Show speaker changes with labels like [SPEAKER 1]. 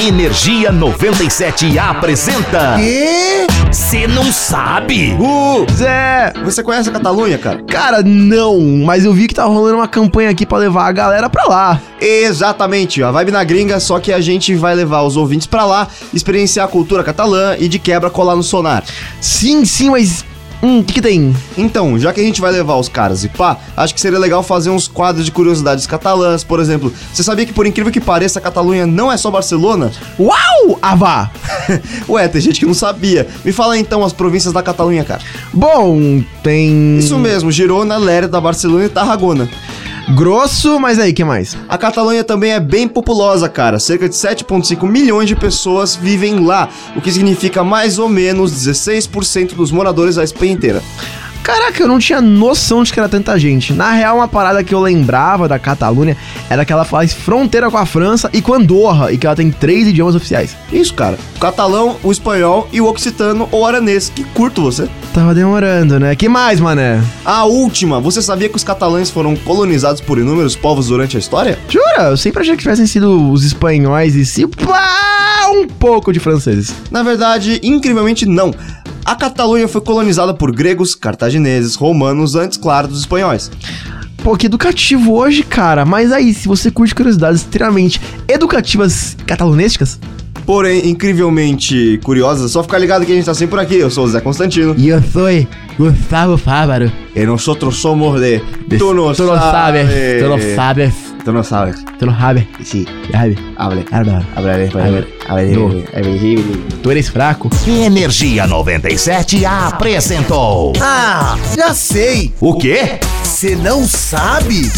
[SPEAKER 1] Energia 97 apresenta.
[SPEAKER 2] Quê?
[SPEAKER 1] Você não sabe?
[SPEAKER 2] Uh, Zé, você conhece a Catalunha, cara?
[SPEAKER 3] Cara, não, mas eu vi que tá rolando uma campanha aqui pra levar a galera pra lá.
[SPEAKER 2] Exatamente, a vibe na gringa, só que a gente vai levar os ouvintes pra lá, experienciar a cultura catalã e de quebra colar no sonar.
[SPEAKER 3] Sim, sim, mas. Hum, o que, que tem?
[SPEAKER 2] Então, já que a gente vai levar os caras e pá, acho que seria legal fazer uns quadros de curiosidades catalãs, por exemplo. Você sabia que, por incrível que pareça, a Catalunha não é só Barcelona?
[SPEAKER 3] Uau, Avá!
[SPEAKER 2] Ué, tem gente que não sabia. Me fala então as províncias da Catalunha, cara.
[SPEAKER 3] Bom, tem.
[SPEAKER 2] Isso mesmo, Girona, Lérida, Barcelona e Tarragona.
[SPEAKER 3] Grosso, mas aí, que mais?
[SPEAKER 2] A Catalunha também é bem populosa, cara. Cerca de 7,5 milhões de pessoas vivem lá, o que significa mais ou menos 16% dos moradores da Espanha inteira.
[SPEAKER 3] Caraca, eu não tinha noção de que era tanta gente. Na real, uma parada que eu lembrava da Catalunha era que ela faz fronteira com a França e com Andorra, e que ela tem três idiomas oficiais.
[SPEAKER 2] Isso, cara. O catalão, o espanhol e o occitano ou aranês. Que curto você.
[SPEAKER 3] Tava demorando, né? Que mais, mané?
[SPEAKER 2] A última, você sabia que os catalães foram colonizados por inúmeros povos durante a história?
[SPEAKER 3] Jura? Eu sempre achei que tivessem sido os espanhóis e se pá, um pouco de franceses.
[SPEAKER 2] Na verdade, incrivelmente não. A Catalunha foi colonizada por gregos, cartagineses, romanos, antes, claro, dos espanhóis.
[SPEAKER 3] Pô, que educativo hoje, cara. Mas aí, se você curte curiosidades extremamente educativas catalunísticas...
[SPEAKER 2] Porém, incrivelmente curiosa, só ficar ligado que a gente tá sempre por aqui. Eu sou o Zé Constantino.
[SPEAKER 3] E eu sou Gustavo Fávaro.
[SPEAKER 2] E nosotros somos de...
[SPEAKER 3] Tu não sabes. Tu não sabes.
[SPEAKER 2] Tu não sabes.
[SPEAKER 3] Tu não sabes.
[SPEAKER 2] Sim.
[SPEAKER 3] Sabe?
[SPEAKER 2] Hable.
[SPEAKER 3] Arba.
[SPEAKER 2] Hable espanhol.
[SPEAKER 3] No. Tu eres fraco.
[SPEAKER 1] Energia 97 apresentou.
[SPEAKER 4] Ah, já sei.
[SPEAKER 1] O quê?
[SPEAKER 4] Você não sabe?